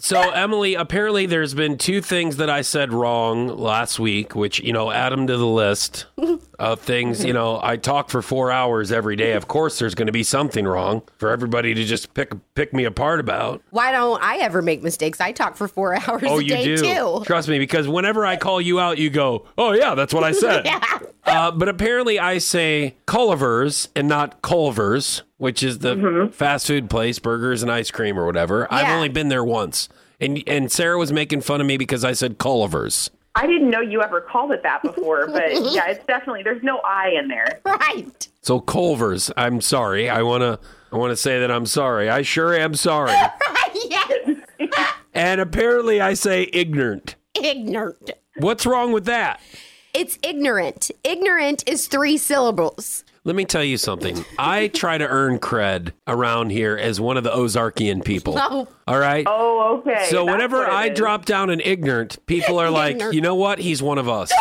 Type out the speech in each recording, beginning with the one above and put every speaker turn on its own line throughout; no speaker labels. So, Emily, apparently there's been two things that I said wrong last week, which, you know, add them to the list of things. You know, I talk for four hours every day. Of course, there's going to be something wrong for everybody to just pick pick me apart about.
Why don't I ever make mistakes? I talk for four hours
Oh,
a
you
day
do.
too.
Trust me, because whenever I call you out, you go, oh, yeah, that's what I said.
Yeah.
Uh, but apparently I say Culliver's and not Culver's, which is the fast food place, burgers and ice cream or whatever. I've
Mm-hmm. Yeah.
only been there once. And, and Sarah was making fun of me because I said Culliver's.
I didn't know you ever called it that before, but yeah, it's definitely there's no I in there.
Right.
So Culver's, I'm sorry. I wanna I wanna say that I'm sorry. I sure am sorry.
yes.
and apparently I say ignorant.
Ignorant.
What's wrong with that?
It's ignorant. Ignorant is three syllables.
Let me tell you something. I try to earn cred around here as one of the Ozarkian people.
Oh.
All right.
Oh, okay.
so
that's
whenever
what it
I
is.
drop down an ignorant, people are like,
Ignorant.
you know what? He's one of us.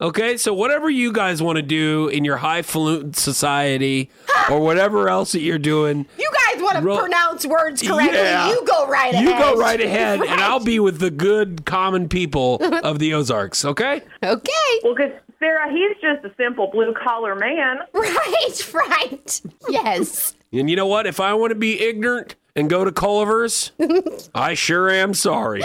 Okay, so whatever you guys want to do in your highfalutin society or whatever else that you're doing,
You guys want to
Ro-
pronounce words correctly.
Yeah.
You go right ahead.
you go right ahead, and I'll be with the good common people of the Ozarks. Okay,
Okay.
Well, because Sarah, he's just a simple blue collar man.
Right, right. Yes.
and you know what? If I want to be ignorant and go to Culver's, I sure am sorry.